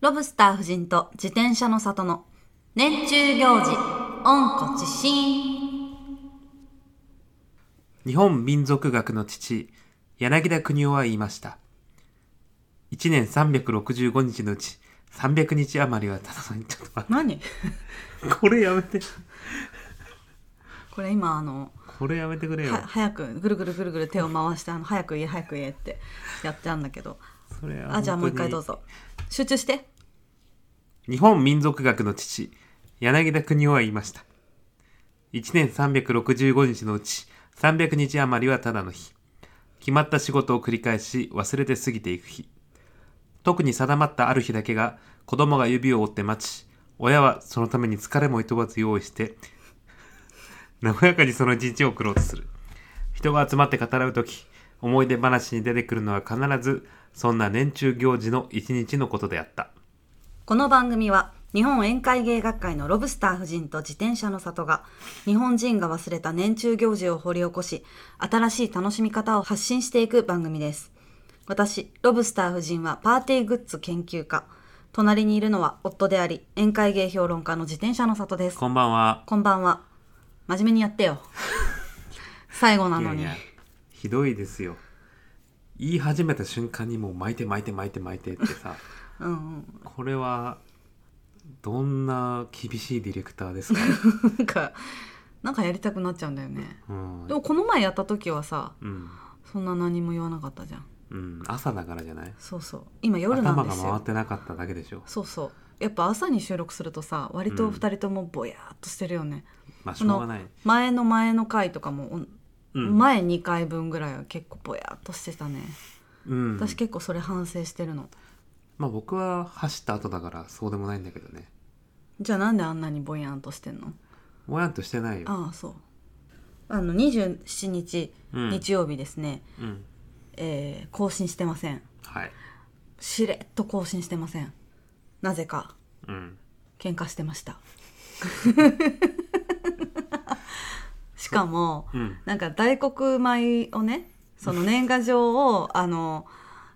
ロブスター夫人と自転車の里の年中行事、温故知新。日本民族学の父、柳田国夫は言いました。1年365日のうち、300日余りはただの、ちょっと待何って、これやめて。これ今あの、これやめてくれよは。早くぐるぐるぐるぐる手を回してあの早く言え早く言えってやってあんだけどそれはあじゃあもう一本当回にどうぞ集中して日本民族学の父、柳田国夫は言いました。1年365日のうち、300日余りはただの日。決まった仕事を繰り返し、忘れて過ぎていく日。特に定まったある日だけが、子供が指を折って待ち、親はそのために疲れもいとわず用意して、和やかにその一日を送ろうとする。人が集まって語らうとき、思い出話に出てくるのは必ず、そんな年中行事の一日のことであった。この番組は日本宴会芸学会のロブスター夫人と自転車の里が日本人が忘れた年中行事を掘り起こし新しい楽しみ方を発信していく番組です私ロブスター夫人はパーティーグッズ研究家隣にいるのは夫であり宴会芸評論家の自転車の里ですこんばんは。こんばんは真面目にや ってよ最後なのにいやいやひどいですよ言い始めた瞬間にもう巻いて巻いて巻いて巻いてってさうんうん これはどんな厳しいディレクタ ーですか、なんかなんかやりたくなっちゃうんだよねうんでもこの前やった時はさうんそんな何も言わなかったじゃんうん、朝だからじゃないそうそう今夜な頭んでがす回っよてなかっただけでしょ、そうそうやっぱ朝に収録するとさ割とうん2人ともぼやーっとしてるよね、まあしょうがない、前の前の回とかも、おうん前2回分ぐらいは結構ぼやーっとしてたね、うん私結構それ反省してるのまあ僕は走った後だからそうでもないんだけどねじゃあなんであんなにぼやーっとしてんのもやんとしてないよ、ああそうあの27日、うん日曜日ですね、うん、えー更新してませんはい、しれっと更新してませんなぜかうん、喧嘩してました しかもうんなんか大黒米をねその年賀状をあの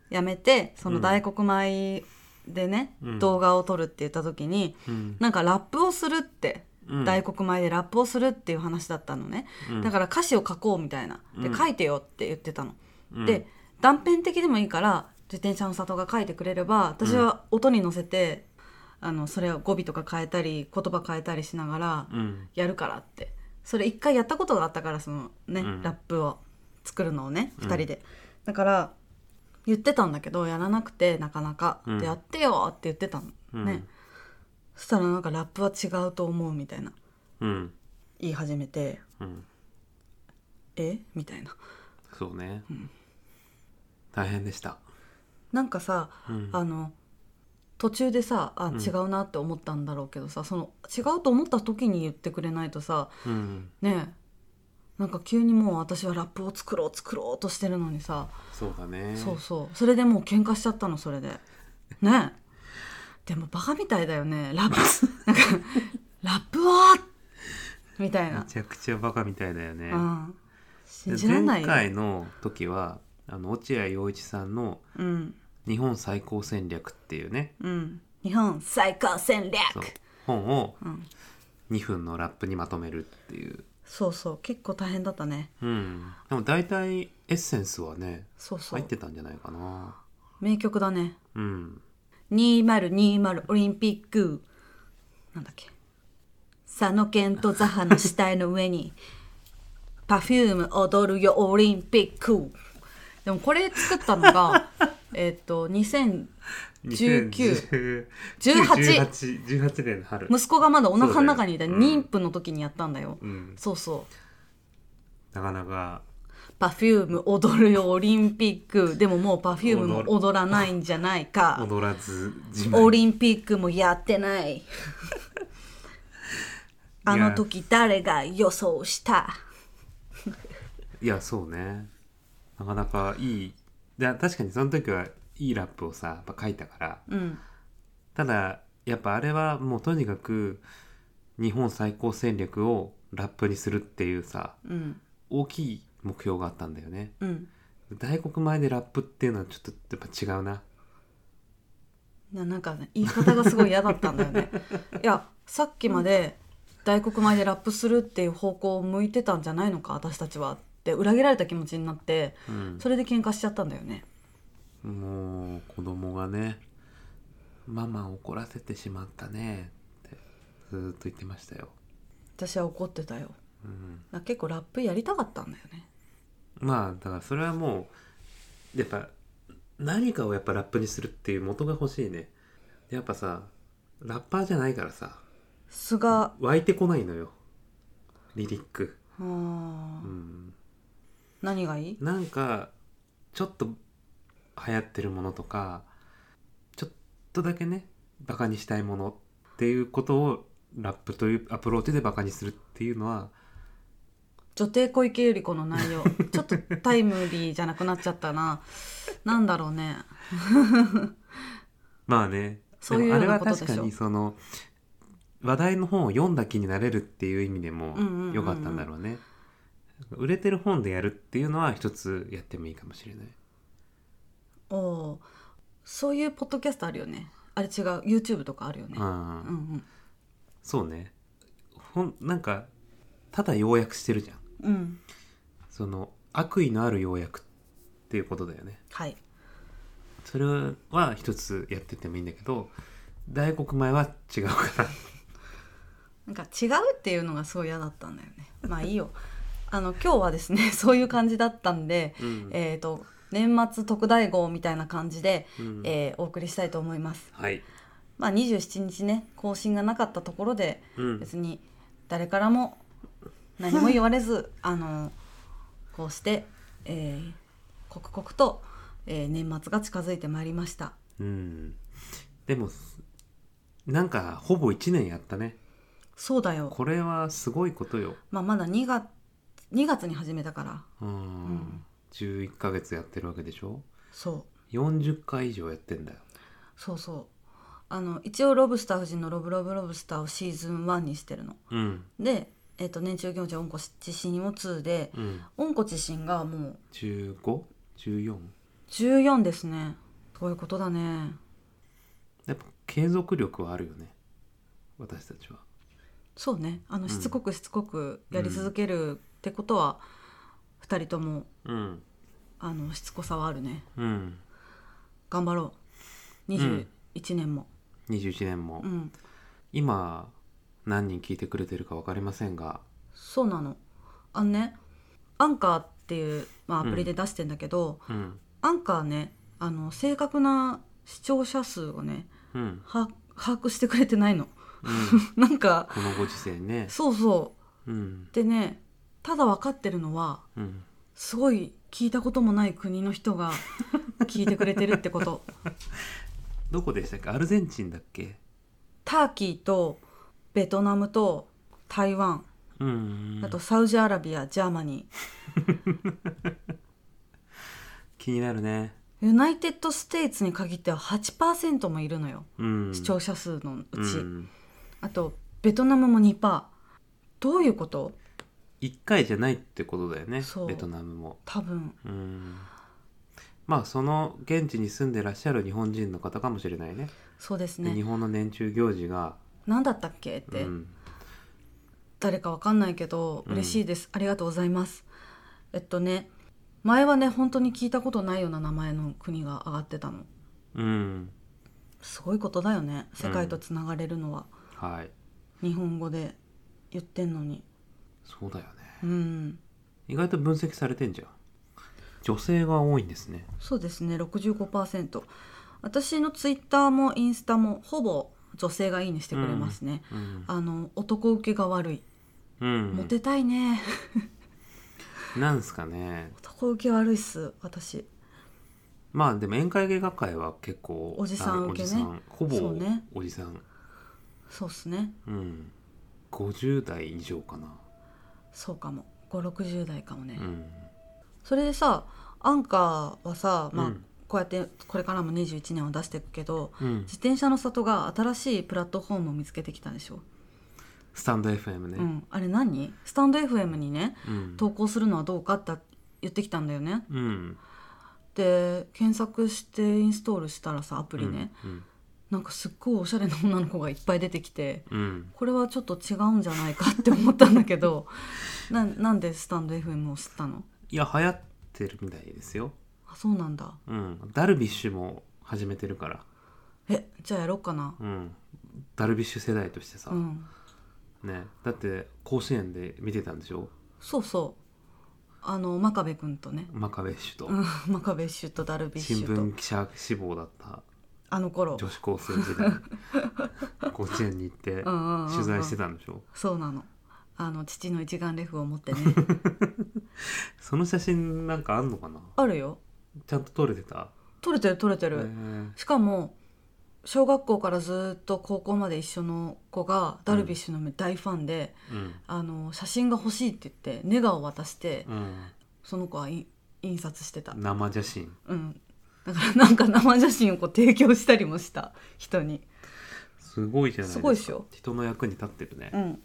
やめてその大黒米でね、うん動画を撮るって言った時にうんなんかラップをするって、うん大黒米でラップをするっていう話だったのね、うんだから歌詞を書こうみたいなでうん書いてよって言ってたの。うんで断片的でもいいから自転車の里が書いてくれれば私は音に乗せて、あのそれを語尾とか変えたり言葉変えたりしながらうんやるからってそれ一回やったことがあったからそのね、うんラップを作るのをねうん2人で、だから言ってたんだけどやらなくてなかなか、うんでやってよって言ってたのね、うんそしたらなんかラップは違うと思うみたいなうん言い始めてうんえみたいなそうね、大変でしたなんかさうんあの途中でさあん違うなって思ったんだろうけどさ、その違うと思った時に言ってくれないとさうんねえなんか急にもう私はラップを作ろう作ろうとしてるのにさ、そうだねそうそうそれでもう喧嘩しちゃったのそれでねえでもバカみたいだよねラップなんかラップはみたいめな、ちゃくちゃバカみたいだよね、うん、信じらんない前よ、回の時はあの落合陽一さんのうん「日本最高戦略」っていうねうん、日本最高戦略そう本をうん2分のラップにまとめるっていう、そうそう結構大変だったねうん、でも大体エッセンスはねそうそ入っうてたんじゃないかな名曲だねうん2020オリンピックなんだっけ佐野健とザハの死体の上に Perfume 踊るよオリンピックでもこれ作ったの がえっと2000 19 1918 18年の春、息子がまだお腹の中にいたそうだよ妊婦の時にやったんだようん、そうそなかなかう Perfume 踊るよオリンピックでももう Perfume も踊らないんじゃないか踊らずじまいオリンピックもやってないあの時誰が予想したいやそうねなかなかいいで確かにその時はいいラップをさやっぱ書いたからうんただやっぱあれはもうとにかく日本最高戦略をラップにするっていうさうん大きい目標があったんだよねうん大黒前でラップっていうのはちょっとやっぱ違うなななんか、ね、言い方がすごい嫌だったんだよ ねいやさっきまで大黒米でラップするっていう方向を向いてたんじゃないのか私たちはって裏切られた気持ちになってうんそれで喧嘩しちゃったんだよねもう子供がね「ママ怒らせてしまったね」ってずーっと言ってましたよ、私は怒ってたよだかうん、ら結構ラップやりたかったんだよねまあだからそれはもうやっぱ何かをやっぱラップにするっていう元が欲しいねやっぱさラッパーじゃないからさ素が湧いてこないのよリリック、あーうん、何がいいなんかちょっと流行ってるものとかちょっとだけねバカにしたいものっていうことをラップというアプローチでバカにするっていうのは女帝小池百合子の内容 ちょっとタイムリーじゃなくなっちゃったななんだろうねまあねそういうようでもなあれはことでしょ確かにその話題の本を読んだ気になれるっていう意味でもうんうんうんうん良かったんだろうね、売れてる本でやるっていうのは一つやってもいいかもしれないおおーそういうポッドキャストあるよねあれ違う YouTube とかあるよね、うんうんうんそうねほんなんかただ要約してるじゃんうん、その悪意のある要約っていうことだよねはいそれは一つやってってもいいんだけど大黒前は違うからなんか違うっていうのがすごい嫌だったんだよねまあいいよ あの今日はですね そういう感じだったんで、うんえっ、と年末特大号みたいな感じで、うんえーお送りしたいと思いますはい、まあ27日ね更新がなかったところでうん、別に誰からも何も言われ ずあのこうして、えー刻々と、えー年末が近づいてまいりましたうんでもなんかほぼ1年やったねそうだよ、これはすごいことよまあ、まだ2月2月に始めたからうん、うん11ヶ月やってるわけでしょそう40回以上やってんだよそうそうあの一応ロブスター夫人の「ロブロブロブスター」をシーズン1にしてるのうんで、えっと年中行事温故知新を2でうん温故知新がもう 15?14? 14ですねそういうことだねやっぱ継続力はあるよね私たちはそうねあのんしつこくしつこくやり続けるってことは、二2人ともうんあのしつこさはあるねうん頑張ろう21年も21年も、うん、今何人聞いてくれてるか分かりませんがそうなのあのねアンカーっていう、まあ、アプリで出してんだけど、うんアンカーねあの正確な視聴者数をねうん、うん、は把握してくれてないの なんか このご時世ねそうそうんうでねただ分かってるのはうんすごい聞いたこともない国の人が聞いてくれてるってことどこでしたっけアルゼンチンだっけターキーとベトナムと台湾うんあとサウジアラビアジャーマニ気になるねーユナイテッド・ステイツに限っては8%もいるのようん視聴者数のうち、うんあとベトナムも2%どういうこと1回じゃないってことだよねそうベトナムも多分 うんまあその現地に住んでらっしゃる日本人の方かもしれないねそうですでね日本の年中行事が、何だったっけっうて、ん、誰かわかんないけどうん嬉しいです、ありがとうございますえっとね前はね本当に聞いたことないような名前の国が上がってたのうん、すごいことだよね世界とつながれるのは、はい日本語で言ってんのにそうだよねうん意外と分析されてんじゃん女性が多いんですねそうですね65%私のツイッターもインスタもほぼ女性がいいねしてくれますね、うん、あの男受けが悪い、うん、モテたいねなんすかね男受け悪いっす私まあでも宴会芸学会は結構おじさん受けねあのおじさんほそぼうねおじさんう,、そうっすねん50代以上かなそうかも560代かもね、うんそれでさアンカーはさ、まあうんこうやってこれからも21年を出していくけどうん自転車の里が新しいプラットフォームを見つけてきたでしょ、スタンド FM ね、うん、あれ何スタンド FM にねうん投稿するのはどうかって言ってきたんだよねうんで検索してインストールしたらさアプリね、うんなんかすっごいおしゃれな女の子がいっぱい出てきてうんこれはちょっと違うんじゃないかって思ったんだけど ななんでスタンド FM を知ったのいや流行ってるみたいですよあそうなんだうんダルビッシュも始めてるからえじゃあやろうかなうんダルビッシュ世代としてさ、うんねだって甲子園で見てたんでしょそうそうあの真壁君とね、真壁氏とうん、真壁ッシュとダルビッシ新ュと聞記者志望だったあの頃女子高生時代 甲子園に行ってうんうんうんうん取材してたんでしょそうなのあの父の一眼レフを持ってね その写真なんかあんのかなあるよちゃんと撮れてた、撮れてる撮れてる、へーしかも小学校からずっと高校まで一緒の子がダルビッシュの大ファンで、うんあの写真が欲しいって言ってネガを渡して、うその子は印印刷してたん、生写真うんだからなんか生写真をこう提供したりもした人にすごいじゃないですかすごいっしょ人の役に立ってるね、うん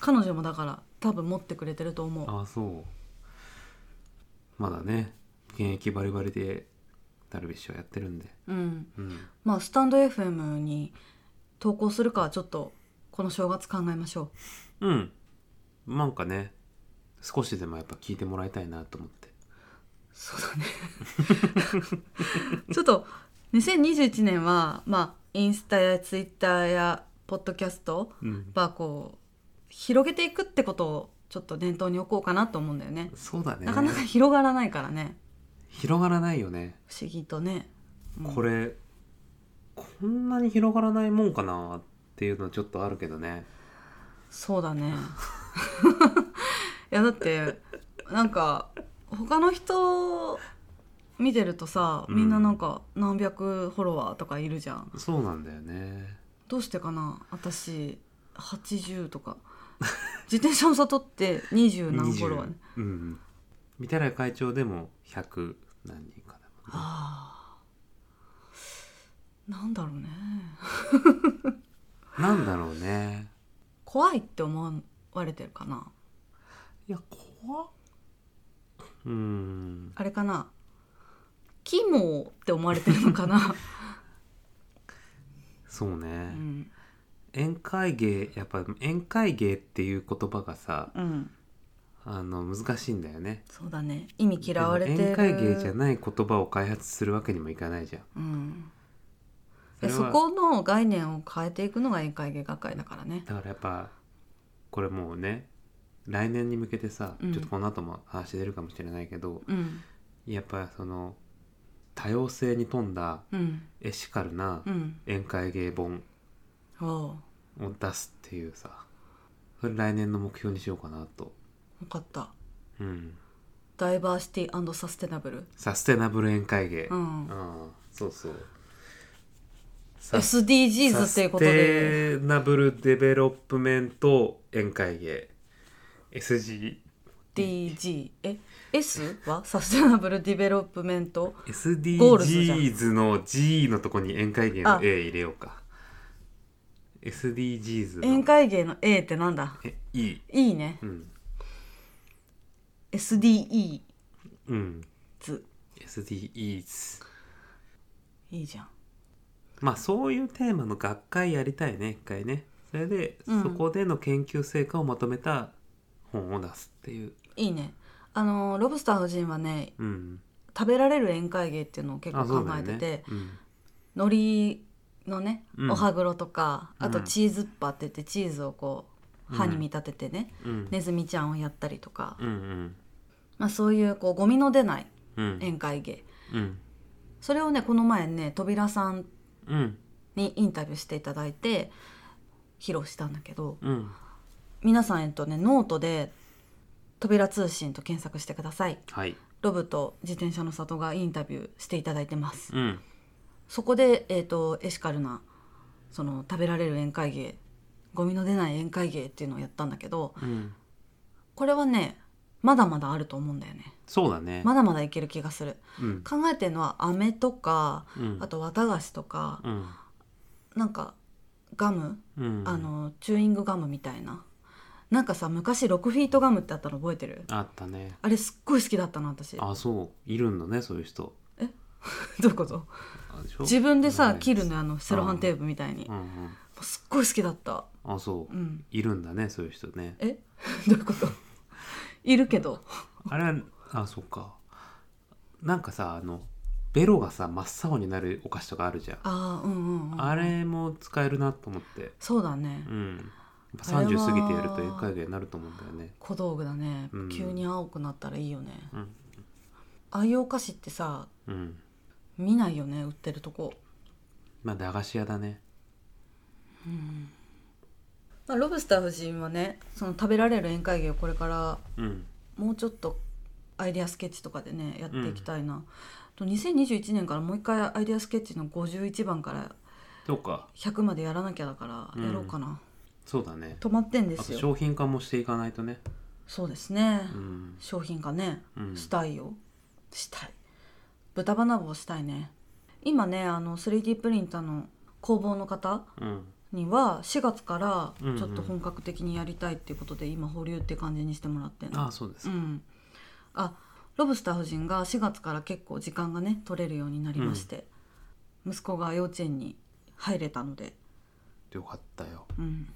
彼女もだから多分持ってくれてると思うああそうまだね現役バリバリでダルビッシュはやってるんで、うんうん、まあスタンド FM に投稿するかはちょっとこの正月考えましょうんなんかね少しでもやっぱ聞いてもらいたいなと思ってうそうだねちょっと2021年はまあインスタやツイッターやポッドキャストうんはこう広げていくってことをちょっと念頭に置こうかなと思うんだよねそうだねなかなか広がらないからね広がらないよね、不思議とね、うんこれこんなに広がらないもんかなっていうのはちょっとあるけどねそうだね いやだってなんか他の人見てるとさみんななんか何百フォロワーとかいるじゃん、そうなんだよねどうしてかな私80とか 自転車の里って20何フォロワー、ね、 20うん三寺会長でも100何人かだもんねあーなんだろうねなんだろうね怖いって思われてるかないや怖っうーんあれかなキモって思われてるのか な、そうね、うん宴会芸やっぱ宴会芸っていう言葉がさうん、あの難しいんだよねそうだね意味嫌われてるでも宴会芸じゃない言葉を開発するわけにもいかないじゃうんん、でそれそはこの概念を変えていくのが宴会芸学会だからねだからやっぱこれもうね来年に向けてさ、うんちょっとこの後も話出るかもしれないけどうんやっぱその多様性に富んだうんエシカルなうん宴会芸本おうを出すっていうさそれ来年の目標にしようかなと、分かったうん、ダイバーシティサステナブル、サステナブル宴会芸、う、うんそうそうサス SDGs っていうことでサステナブルデベロップメント宴会芸 SG DG え S はサステナブルディベロップメント SDGs の G のとこに宴会芸のあ A 入れようか SDGs の宴会芸の A ってなんだえ E いいねうん SDEs うん SDEs いいじゃんまあそういうテーマの学会やりたいね一回ねそれで、うんそこでの研究成果をまとめた本を出すっていういいねあのロブスター夫人はねうん食べられる宴会芸っていうのを結構考えてて、うん海苔のね、うんお歯黒とかあとうんチーズッパって言ってチーズをこううん歯に見立ててね、うんネズミちゃんをやったりとか、うんうんまあ、そういうこうゴミの出ないうん宴会芸、うんそれをねこの前ね扉さんうんにインタビューしていただいて披露したんだけどうん皆さんえっとねノートで「扉通信」と検索してくださいはいロブと自転車の里がインタビューしていただいてますうんそこで、えー、とエシカルなその食べられる宴会芸ゴミの出ない宴会芸っていうのをやったんだけどうんこれはねまだまだあると思うんだよねそうだね、まだまだいける気がするうん考えてるのは飴とかうんあと綿菓子とかうんなんかガムうんあのチューイングガムみたいななんかさ昔6フィートガムってあったの覚えてるあったねあれすっごい好きだったの私あそういるんだねそういう人え どういうことあでしょ自分でさ切るのよ、よあのセロハンテープみたいにうもんうん、うすっごい好きだったあそう、うんいるんだねそういう人ねえ どういうこといるけどあれはあそっかなんかさあのベロがさ真っ青になるお菓子とかあるじゃんああうんうん、うん、あれも使えるなと思ってそうだね、うんやっぱあれ30は過ぎてやると宴会芸になると思うんだよね小道具だね、うん急に青くなったらいいよねうんああいうお菓子ってさうん見ないよね売ってるとこ、まあ駄菓子屋だねまあ、ロブスター夫人はねその食べられる宴会芸をこれからうんもうちょっとアイデアスケッチとかでねやっていきたいな、と2021年からもう一回アイデアスケッチの51番からそうか100までやらなきゃだからうんやろうかな、そうだね止まってんであすとよ商品化もしていかないとねそうですね、うん商品化ねうんしたいよしたい豚バナボをしたいね今ねあの 3D プリンターの工房の方うんには4月かうんうらんちょっと本格的にやりたいっていうことで今保留って感じにしてもらってんのああそうですうん、あロブスター夫人が4月から結構時間がね取れるようになりまして、息子が幼稚園に入れたので、よかったようん、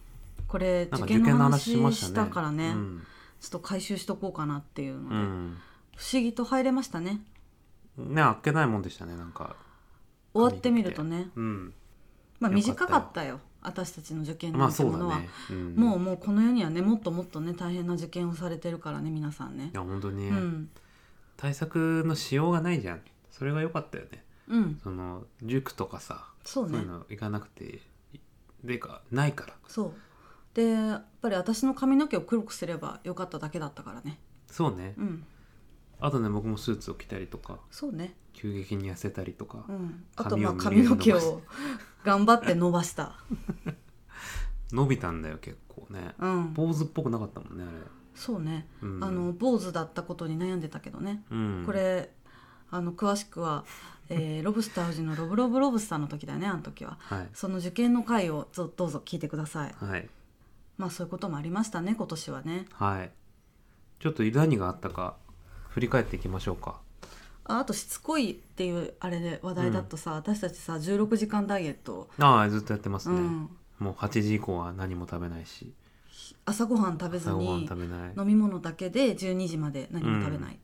これな受んか験受の験の話話しまししたたねからねうんちょっと回収しとこうかなっていうのうで、ん不思議と入れましたねねあっけないもんでしたねなんか終わってみるとねうんまあよかった短よかったよ私たちの受験まなあんてそうものは、だね、うん、もういもうこの世にはねもっともっとね大変な受験をされてるからね皆さんねや本当に、うん対策のしようがないじゃんそれが良かったよねうんその塾とかさそうそういねうの行かなくてでかないからそうでやっぱり私の髪の毛を黒くすればよかっただけだったからねそうねうんあとね僕もスーツを着たりとかそうね急激に痩せたりとか、うんあとまあ髪髪のを伸ばし毛を頑張って伸ばした伸びたんだよ結構ねうん坊主っぽくなかったもんねあれそうね、うんあの坊主だったことに悩んでたけどね、うんこれあの詳しくは、えーロブスター夫人の「ロブロブロブスター」の時だよねあの時ははいその受験の回をぞどうぞ聞いてくださいはいまあそういうこともありましたね今年はねはいちょっと何があったか振り返っていきましょうかああとしつこいっていうあれで話題だとさ、私たちさ16時間ダイエットを、ああずっとやってますうね、ん、もう8時以降は何も食べないし朝ごはん食べず朝ごはんに食べない飲み物だけで12時まで何も食べない、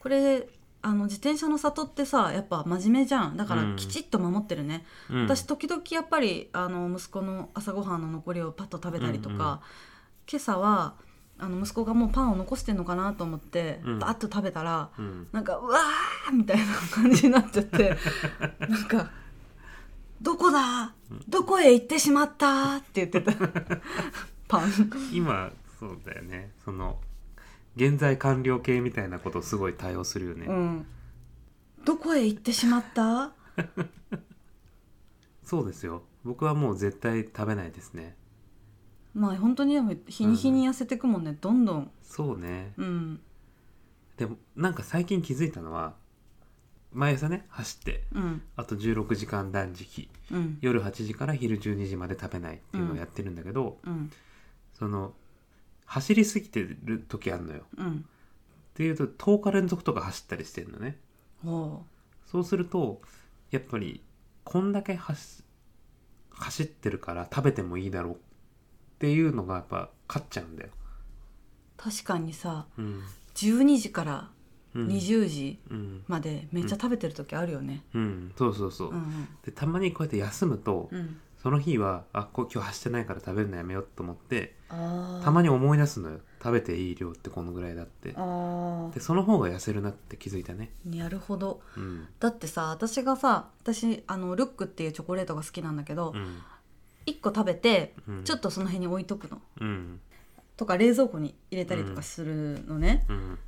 これあの自転車の里ってさやっぱ真面目じゃんだからうんきちっと守ってるね、うん私時々やっぱりあの息子の朝ごはんの残りをパッと食べたりとか、うんうん今朝はあの息子がもうパンを残してんのかなと思って、うんバッと食べたらうんなんかうわーみたいな感じになっちゃって なんか「どこだどこへ行ってしまった」って言 ってたパン。今そうだよねその現在完了形みたいなことすごい対応するよね、うん、どこへ行ってしまったそうですよ僕はもう絶対食べないですねまあ本当にでも日に日に痩せてくもんね、どんどんそうねうんでもなんか最近気づいたのは毎朝ね走ってうんあと16時間断食うん夜8時から昼12時まで食べないっていうのをやってるんだけど、うんその走りすぎてる時あんのようんっていうと10日連続とか走ったりしてるのねおうそうするとやっぱりこんだけ走走ってるから食べてもいいだろうっていうのがやっぱ勝っちゃうんだよ、確かにさうん12時からうん20時うんまでめっちゃ食べてる時あるよねうん、そうそうそう、うんでたまにこうやって休むと、うん、うん、その日はあこう今日走ってないから食べるのやめようと思ってあたまに思い出すのよ食べていい量ってこのぐらいだってあでその方が痩せるなって気づいたねーなるほどうんだってさ私がさ私あのルックっていうチョコレートが好きなんだけど、うん1個食べてうんちょっとその辺に置いとくのうんとか冷蔵庫に入れたりとかするのね、うん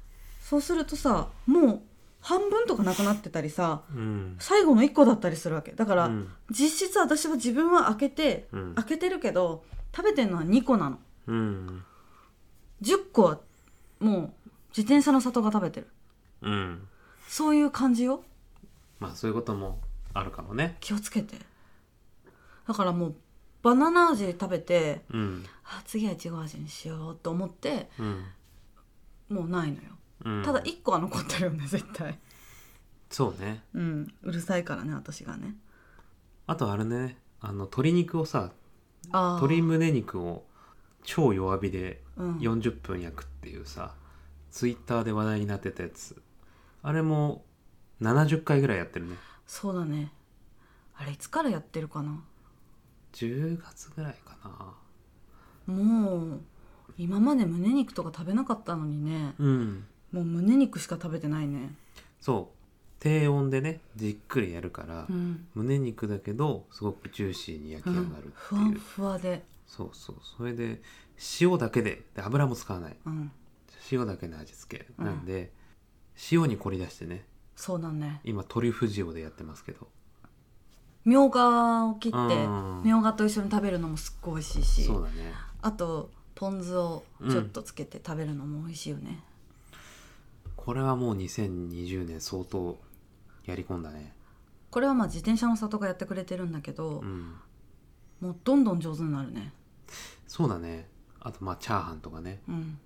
そうするとさもう半分とかなくなってたりさうん最後の1個だったりするわけだから、うん実質私は自分は開けて、うん開けてるけど食べてるのは2個なのうん10個はもう自転車の里が食べてるうんそういう感じよまあそういうこともあるかもね気をつけてだからもうバナナ味食べてうんあ次はいちご味にしようと思ってうんもうないのようんただ1個は残ってるよね絶対そうねうんうるさいからね私がねあとあれねあの鶏肉をさああ鶏胸肉を超弱火でうん40分焼くっていうさ、ツイッターで話題になってたやつあれも70回ぐらいやってるねそうだねあれいつからやってるかな10月ぐらいかなもう今まで胸肉とか食べなかったのにねうんもう胸肉しか食べてないねそう低温でねじっくりやるから、うん胸肉だけどすごくジューシーに焼き上がるってふいう、わんふわでそうそうそれで塩だけでで油も使わないうん塩だけの味付けうんなんで、塩に凝り出してねそうだね今トリュフ塩でやってますけどみょうがを切ってうんみょうがと一緒に食べるのもすっごい美味しいしそうだねあとポン酢をちょっとつけて食べるのも美味しいよね、これはもう2020年相当やり込んだねこれはまあ自転車の里がやってくれてるんだけど、うんもうどんどん上手になるねそうだねあとまあチャーハンとかねうん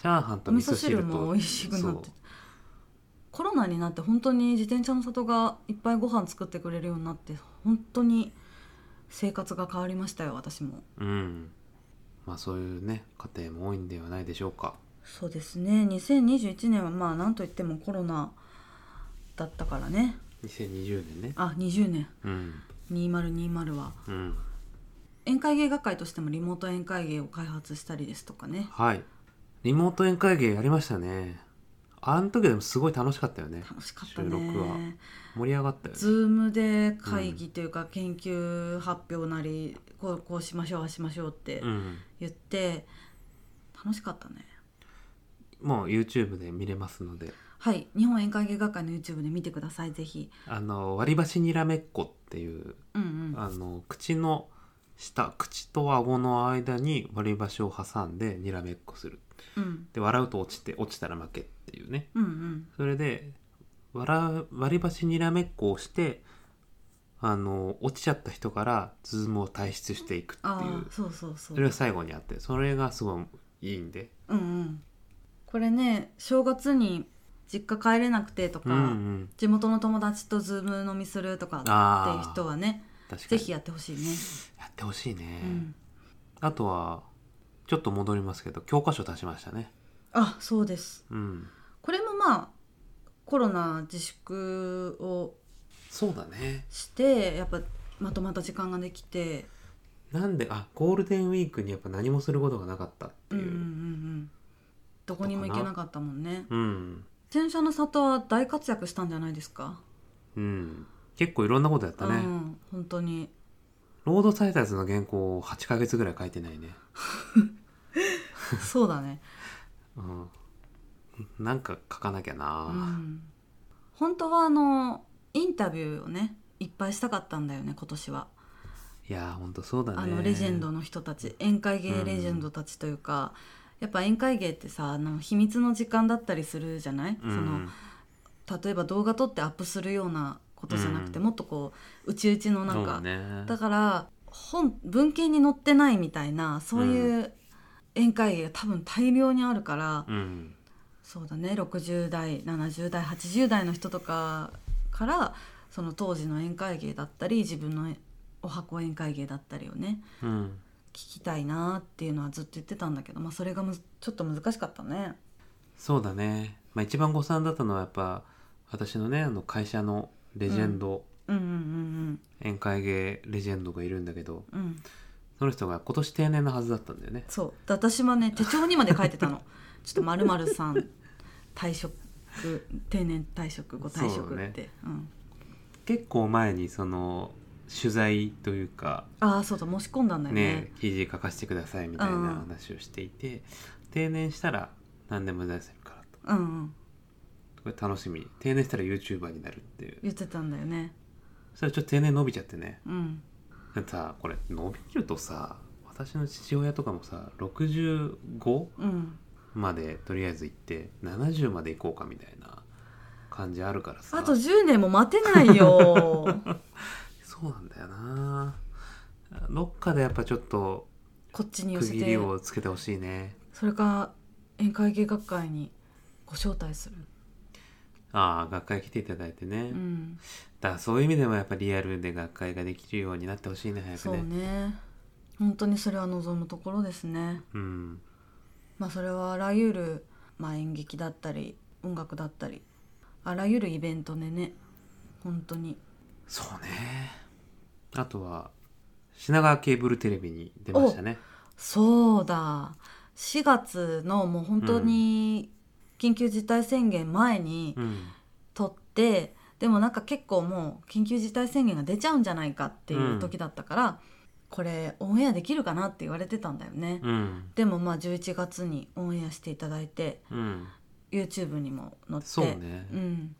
チャーハンとお味味噌噌汁汁とも美味しくなってそうコロナになって本当に自転車の里がいっぱいご飯作ってくれるようになって本当に生活が変わりましたよ私もうんまあそういうね家庭も多いんではないでしょうかそうですね2021年はまあなんといってもコロナだったからね2020年ねあ20年うん2020はうん宴会芸学会としてもリモート宴会芸を開発したりですとかねはいリモート宴会芸やりましたねあの時でもすごい楽しかったよね楽しかったね収録は盛り上がったよねズームで会議というか研究発表なり、こうこうしましょうああしましょうってうん言って、楽しかったねもう YouTube で見れますのではい日本宴会芸学会の YouTube で見てくださいぜひあの割り箸にらめっこっていううんうんあの口の下口と顎の間に割り箸を挟んでにらめっこするうんで笑うと落ちて落ちたら負けっていうねうんうんそれで笑う割り箸にらめっこをしてあの落ちちゃった人からズームを退出していくっていああうそうそうそうそれが最後にあってそれがすごいいいんでうんうんこれね正月に実家帰れなくてとか、うんうん地元の友達とズーム飲みするとかっていうああ人はね確かぜにひやってほしいね、やってほしいね、うん、あとはちょっと戻りますけど教科書出しましたねあそうですうんこれもまあコロナ自粛をそうだねしてやっぱまとまった時間ができてなんであゴールデンウィークにやっぱ何もすることがなかったってうんいうんうんうう、んどこにも行けなかったもんねうん戦車の里は大活躍したんじゃないですか、うん結構いろんなことやったうね、ん本当にロードサイターズの原稿を8ヶ月ぐらい書いてないね、そうだ ね、うん、なんか書かなきゃうな、ん、本当はあのインタビューをねいっぱいしたかったんだよね今年は、いやーほんとそうだねあのレジェンドの人たち宴会芸レジェンドたちというか、やっぱ宴会芸ってさあの秘密の時間だったりするじゃない、うんその例えば動画撮ってアップするようなことじゃなくて、うんもっとこううちうちのなんそうかだだ,、ねから本文献に載ってないみたいなそういう宴会芸が多分大量にあるから、うんそうだね60代70代80代の人とかからその当時の宴会芸だったり自分のお箱宴会芸だったりをねうん聞きたいなっていうのはずっと言ってたんだけど、まあ、それがむちょっと難しかったね。そうだね、まあ、一番誤算だったのはやっぱ私のねあの会社のレジェンド、うんうん宴会芸レジェンドがいるんだけどうんうんうんその人が今年定年のはずだったんだよねそうで私はね手帳にまで書いてた のちょっとまるまるさん退職定年退職ご退職ってう、ん、結構前にその取材というかああそうだ申し込んだんだねよね記事書かせてくださいみたいな話をしていて、定年したら何でも出せるからとうんうんこれ楽しみ定年したら YouTuber になるっていう言ってたんだよねそれちょっと定年伸びちゃってねうんだってさこれ伸びるとさ私の父親とかもさ65うんまでとりあえず行って70まで行こうかみたいな感じあるからさあと10年も待てない よそうなんだよなどっかでやっぱちょっとこっちに寄区せ切りてをつけてほしいねそれか宴会芸学会にご招待するああ学会来ていただいてね、うん、だからそういう意味でもやっぱリアルで学会ができるようになってほしいね早くそうねね本当にそれは望むところですねうんまあそれはあらゆる、まあ、演劇だったり音楽だったりあらゆるイベントでね本当にそうねあとは品川ケーブルテレビに出ましたねそうだ4月のもう本当に緊急事態宣言前にうん撮って、でもなんか結構もう緊急事態宣言が出ちゃうんじゃないかっていう時だったから、これオンエアできるかなって言われてたんだよね、うんでもまあ11月にオンエアしていただいてうん YouTube にも載ってそうね、うん、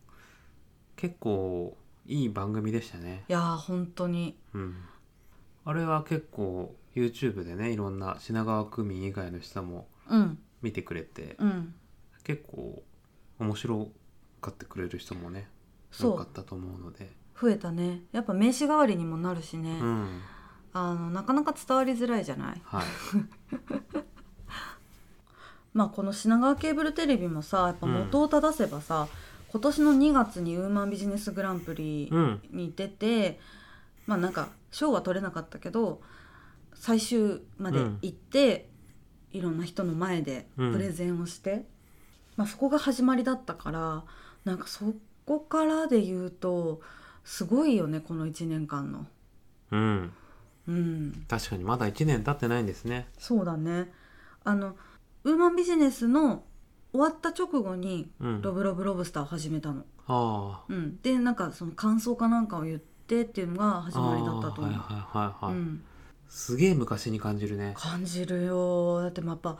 結構いい番組でしたねいやー本当にうんあれは結構 YouTube でねいろんな品川区民以外の人もうん見てくれて、うん結構面白がってくれる人もねそ多うかったと思うので増えたねやっぱ名刺代わりにもなるしね、うんあのなかなか伝わりづらいじゃないはいまあこの品川ケーブルテレビもさやっぱ元を正せばさ、今年の2月にウーマンビジネスグランプリうんに出て、まあなんか賞は取れなかったけど最終まで行って、いろんな人の前でうんプレゼンをして、まあそこが始まりだったからなんかそこからで言うとすごいよねこの1年間の。うんうん確かにまだ1年経ってないんですねそうだねあのウーマンビジネスの終わった直後にうんロブロブロブスターを始めたの、ああうん、でなんかその感想かなんかを言ってっていうのが始まりだったと思う、ああはいはいはいはい、うん、すげえ昔に感じるね感じるよだってもうやっぱ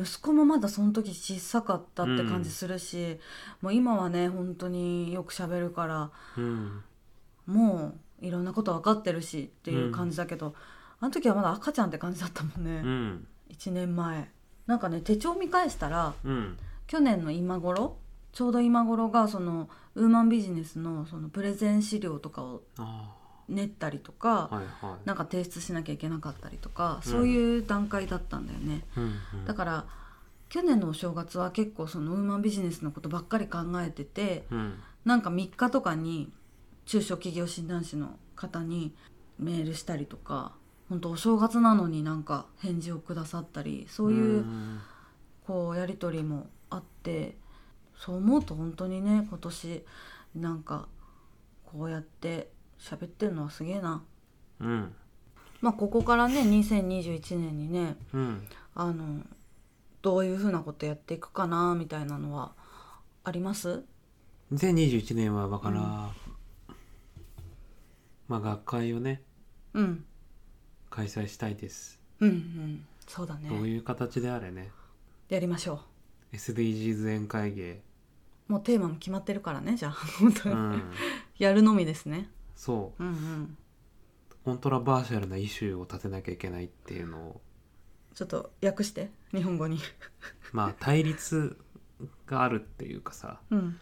息子もまだその時小さかったって感じするし、もう今はね本当によく喋るからうんもういろんなこと分かってるしっていう感じだけど、あの時はまだ赤ちゃんって感じだったもんうね、ん一1年前なんかね手帳見返したらうん去年の今頃ちょうど今頃がそのウーマンビジネスのそのプレゼン資料とかをあ練ったりとか、あはいはいなんか提出しなきゃいけなかったりとか、うんそういう段階だったんだよね、うんうんだから去年のお正月は結構そのウーマンビジネスのことばっかり考えててうんなんか3日とかに中小企業診断士の方にメールしたりとか本当お正月なのになんか返事をくださったりそういう、んこうやり取りもあってそう思うと本当にね今年なんかこうやって喋ってるのはすげえな。うんまあここからね2021年にねうんあのどういうふうなことやっていくかなみたいなのはあります2021年はだから、まあ学会をねうん開催したいです、うんうんそうだどうねいう形であれねやりましょ SDGs 全 会議、うもうテーマも決まってるからねじゃあ本当うに、ん、 やるのみですねそうんうんうコントラバーシャルなイシューを立てなきゃいけないっていうのをちょっと訳して日本語にまあ対立があるっていうかさうん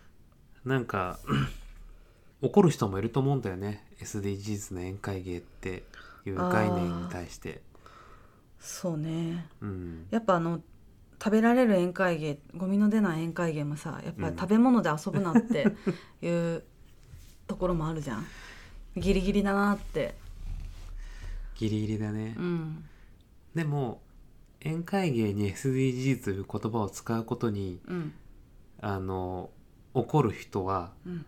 なんか 怒る人もいると思うんだよね SDGs の宴会芸っていう概念に対してそうねうんやっぱあの食べられる宴会芸ゴミの出ない宴会芸もさやっぱり食べ物で遊ぶなっていうところもあるじゃんギリギリだなってギリギリだね、うんでも宴会芸に SDGs という言葉を使うことにうんあの怒る人はうん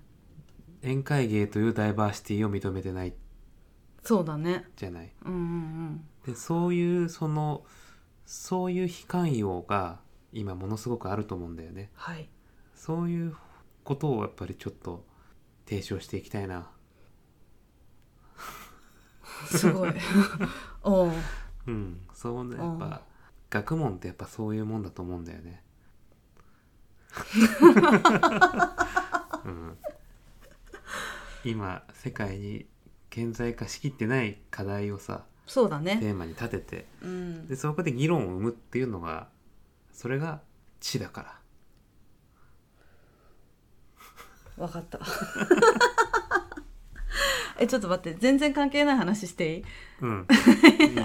宴会芸というダイバーシティを認めてないそうだねじゃないうんうんでそういうそのそういう非寛容が今ものすごくあると思うんだよねはいそういうことをやっぱりちょっと提唱していきたいなすごいおううんそうねうやんっぱ学問ってやっぱそういうもんだと思うんだよ ねうん今世界に顕在化しきってない課題をさそうだテねーマに立ててうんでそこで議論を生むっていうのがそれが知だからわかった えちょっと待って全然関係ない話していいうん。いいよ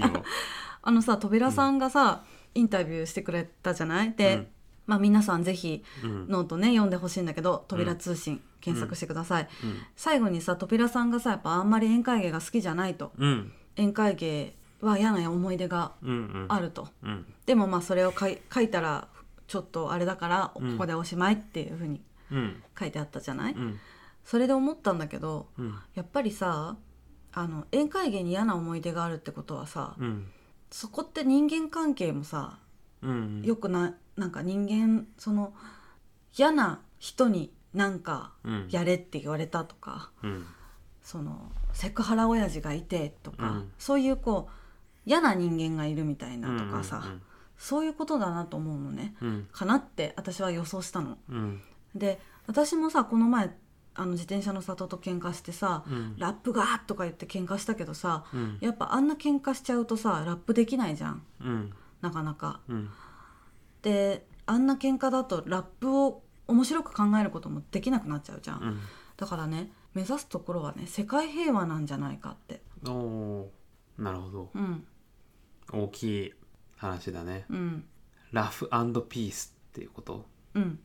あのさ扉さんがさ、インタビューしてくれたじゃないで、まあ、皆さんぜひうんノートね読んでほしいんだけど「扉通信」検索してください、最後にさ扉さんがさやっぱあんまり宴会芸が好きじゃないとうん宴会芸は嫌な思い出がうんうんあると、うんでもまあそれをかい書いたらちょっとあれだからこうんこでおしまいっていうふうにうん書いてあったじゃない、うんそれで思ったんだけどうんやっぱりさあの宴会芸に嫌な思い出があるってことはさ、うんそこって人間関係もさうんよくななんか人間その嫌な人になんかうんやれって言われたとか、うんそのセクハラ親父がいてとか、うんそういうこう嫌な人間がいるみたいなとかさ、うんそういうことだなと思うのねうんかなって私は予想したの。うんで私もさこの前あの自転車の里と喧嘩してさ、うんラップがーとか言って喧嘩したけどさうんやっぱあんな喧嘩しちゃうとさラップできないじゃんうんなかなか。うんであんな喧嘩だとラップを面白く考えることもできなくなっちゃうじゃん、うんだからね目指すところはね世界平和なんじゃないかっておおーなるほどうん大きい話だねうんラフピースっていうことうん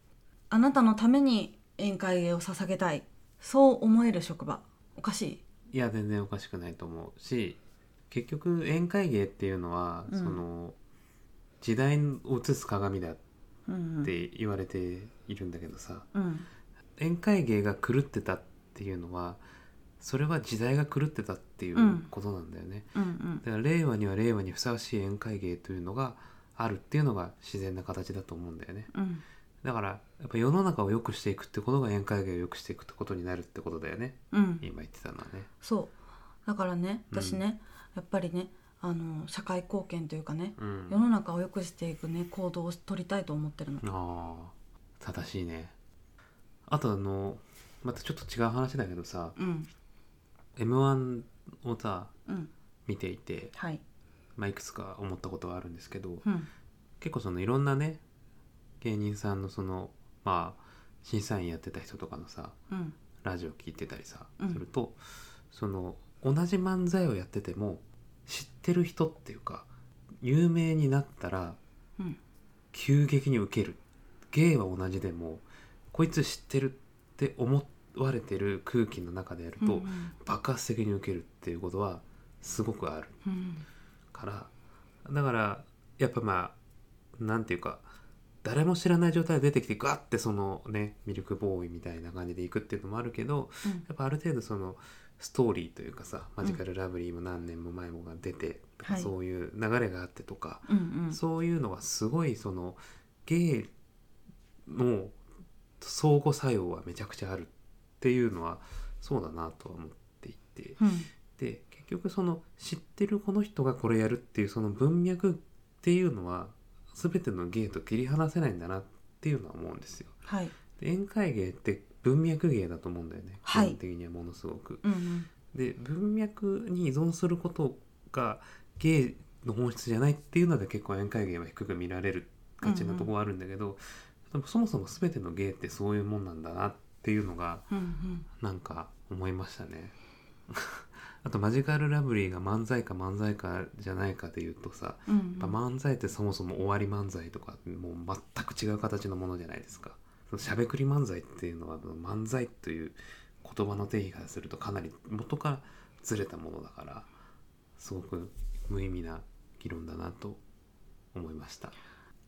あなたのために宴会芸を捧げたいそう思える職場おかしいいや全然おかしくないと思うし結局宴会芸っていうのは、うんその時代を映す鏡だっうんて言われているんだけどさ、うん宴会芸が狂ってたっていうのはそれは時代が狂ってたっていうんうことなんだよね、うんうんだから令和には令和にふさわしい宴会芸というのがあるっていうのが自然な形だと思うんだよねうんだからやっぱ世の中を良くしていくってことが宴会芸を良くしていくってことになるってことだよねうん今言ってたのはねそうだからねうん私ね、やっぱりねあの社会貢献というかねうん世の中を良くしていくね行動を取りたいと思ってるのああ正しいねあとあのまたちょっと違う話だけどさうん m 1をさうん見ていて、はいまあ、いくつか思ったことはあるんですけどうん結構そのいろんなね芸人さんのそのまあ審査員やってた人とかのさうんラジオ聞いてたりさうんすると、その同じ漫才をやってても知ってる人っていうか有名になったらうん急激に受ける芸は同じでもこいつ知ってるって思われてる空気の中でやると、うん爆発的に受けるっていうことはすごくあるうんからだからやっぱまあなんていうか誰も知らない状態で出てきてガッてそのねミルクボーイみたいな感じでいくっていうのもあるけどうんやっぱある程度そのストーリーというかさマジカルラブリーも何年も前もが出て、とかはいそういう流れがあってとか、うんうんそういうのはすごいその芸の相互作用はめちゃくちゃあるっていうのはそうだなとは思っていてうんで結局その知ってるこの人がこれやるっていうその文脈っていうのは全ての芸と切り離せないんだなっていうのは思うんですよ。はいで宴会芸って文脈芸だと思うんだよね基はい本的にはものすごく。うんうんで文脈に依存することが芸の本質じゃないっていうので結構宴会芸は低く見られる感じなところはあるんだけど、でもそもそも全ての芸ってそういうもんなんだなっていうのがうんうんなんか思いましたね。 あとマジカルラブリーが漫才か漫才かじゃないかで言うとさうんうんやっぱ漫才ってそもそも終わり漫才とかもう全く違う形のものじゃないですか。そのしゃべくり漫才っていうのは漫才という言葉の定義からするとかなり元からずれたものだからすごく無意味な議論だなと思いました。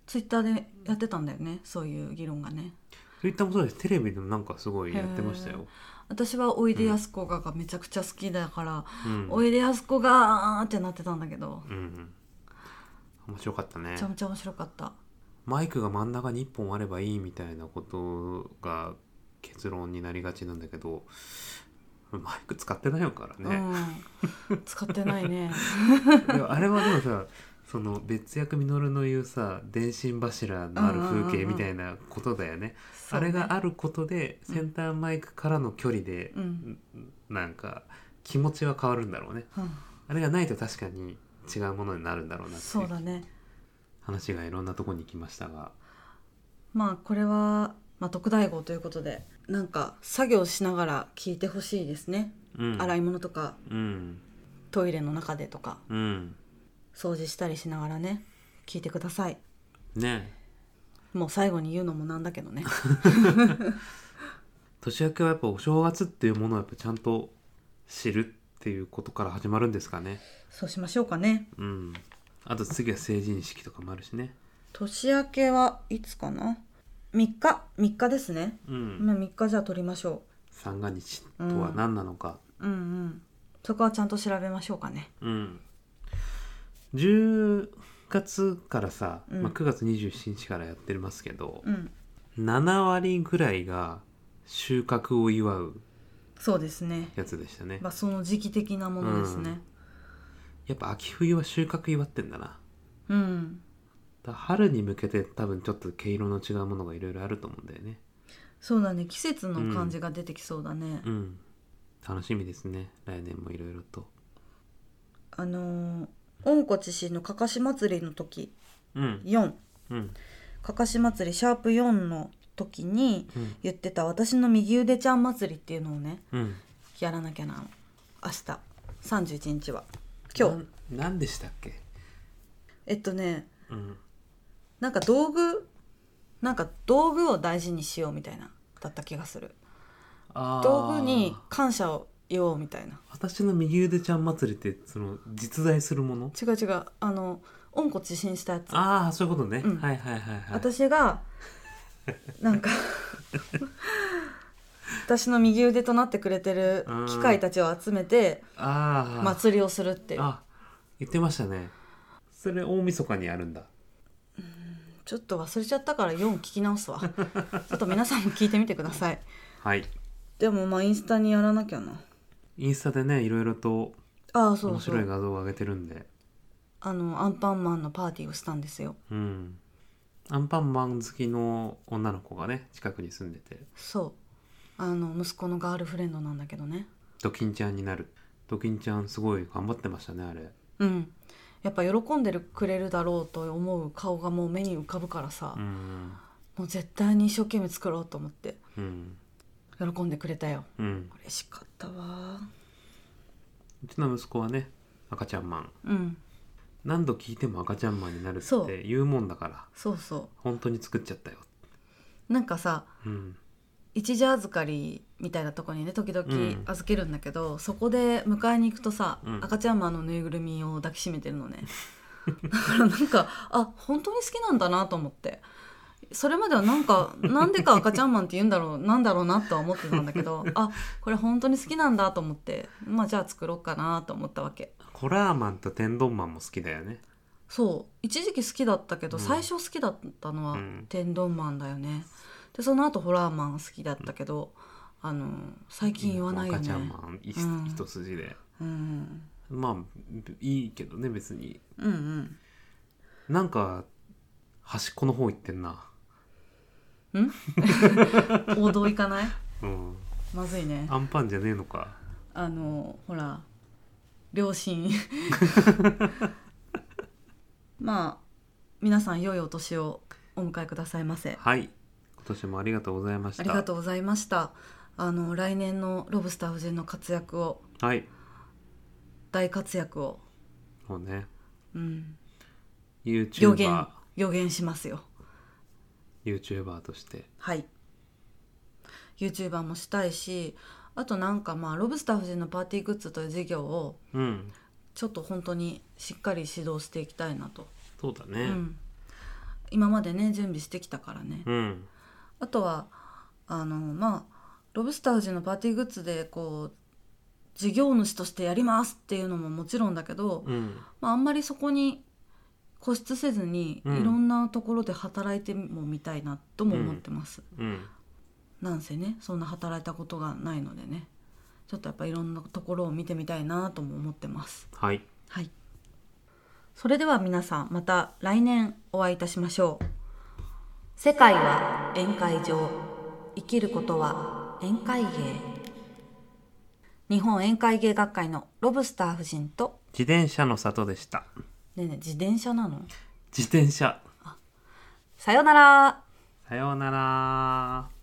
ツイッターでやってたんだよねそういう議論がねそういったもそうですテレビでもなんかすごいやってましたよ。私はおいでやすこががめちゃくちゃ好きだから、うん、おいでやすこがーってなってたんだけど、うんうん、面白かったねめちゃ。めちゃ面白かったマイクが真ん中に1本あればいいみたいなことが結論になりがちなんだけどマイク使ってないからね、うん、使ってない ねでもあれはでもさその別役みのるの言うさ電信柱のある風景みたいなことだよね,、そあうねれがあることでセンターマイクからの距離で、うんなんか気持ちは変わるんだろうねうんあれがないと確かに違うものになるんだろうなっていそううだね話がいろんなとこに行きましたがまあこれは、まあ、特大号ということでなんか作業しながら聞いてほしいですね、うん洗い物とかうんトイレの中でとかうん掃除したりしながらね聞いてくださいねえもう最後に言うのもなんだけどね年明けはやっぱお正月っていうものをやっぱちゃんと知るっていうことから始まるんですかねそうしましょうかねうんあと次は成人式とかもあるしね年明けはいつかな3日3日ですね、うんまあ3日じゃあ撮りましょ三が日とは何なのかううんうんそこはちゃんと調べましょうかねうん、10月からさ、うんまあ、9月27日からやってますけど、うん7割ぐらいが収穫を祝うそうですねやつでしたねまあその時期的なものですねやっぱ秋冬は収穫祝ってんだなうん、だ春に向けて多分ちょっと毛色の違うものがいろいろあると思うんだよねそうだね季節の感じが出てきそうだね、うん楽しみですね来年もいろいろとあのー温子知事のかかし祭りの時うん4うんかかし祭りシャープ4の時にうん言ってた私の右腕ちゃん祭りっていうのをねうんやらなきゃなの明日31日は今日な何でしたっけえっとねうんなんか道具なんか道具を大事にしようみたいなだった気がするあー道具に感謝を言おうみたいな私の右腕ちゃん祭りってその実在するもの違う違うあの温故知新したやつああそういうことね、うんはいはいはいはい私がなんか私の右腕となってくれてる機械たちを集めてああ、祭りをするっていうあ言ってましたねそれ大晦日にあるんだちょっと忘れちゃったから4聞き直 すわちょっと皆さんも聞いてみてくださいはいでもまあインスタにやらなきゃなインスタでねいろいろとああそ面うそ白いう画像を上げてるんであのアンパンマンのパーティーをしたんですようんアンパンマン好きの女の子がね近くに住んでてそうあの息子のガールフレンドなんだけどねドキンちゃんになるドキンちゃんすごい頑張ってましたねあれうんやっぱ喜んでるくれるだろうと思う顔がもう目に浮かぶからさ、うんもう絶対に一生懸命作ろうと思ってうん喜んでくれたようん嬉しかったわうちの息子はね赤ちゃんマンうん何度聞いても赤ちゃんマンになるっそうて言うもんだからそうそ本当に作っちゃったようなんかさうん一時預かりみたいなとこにね時々うん預けるんだけど、そこで迎えに行くとさ、うん赤ちゃんマンのぬいぐるみを抱きしめてるのねだからなんかあ本当に好きなんだなと思ってそれまではなんかなんでか赤ちゃんマンって言うんだろうなんだろうなとは思ってたんだけどあこれ本当に好きなんだと思ってまあじゃあ作ろうかなと思ったわけホラーマンと天丼マンも好きだよねそう一時期好きだったけど、うん最初好きだったのはうん天丼マンだよねでその後ホラーマン好きだったけど、あの最近言わないよ赤ちねゃんマン一,、うん一筋でうんまあいいけどね別にうんうんなんか端っこの方行ってんな王道行かない うんまずいねあアンパンじゃねえのかのほら両親 まあ皆さん良いお年をお迎えくださいませはい今年もありがとうございましたありがとうございましたあの来年のロブスター夫人の活躍をはい大活躍を、もうねうん、予言 YouTuber 予言しますよ YouTuber としてはい YouTuber もしたいしあとなんかまあロブスター夫人のパーティーグッズという事業をうんちょっと本当にしっかり指導していきたいなと、そうだうねん、今までね準備してきたからね、うん、あとはあのまあロブスタージのパーティーグッズでこう事業主としてやりますっていうのももちろんだけど、うんまあ、あんまりそこに固執せずに、うんいろんなところで働いてもみたいなとも思ってます、うんなんせねそんな働いたことがないのでねちょっとやっぱいろんなところを見てみたいなとも思ってますはいはい。それでは皆さんまた来年お会いいたしましょう。世界は宴会場、生きることは宴会芸。日本宴会芸学会のロブスター夫人と、自転車の里でしねたえねえ自転車なの自転車さよならさようなら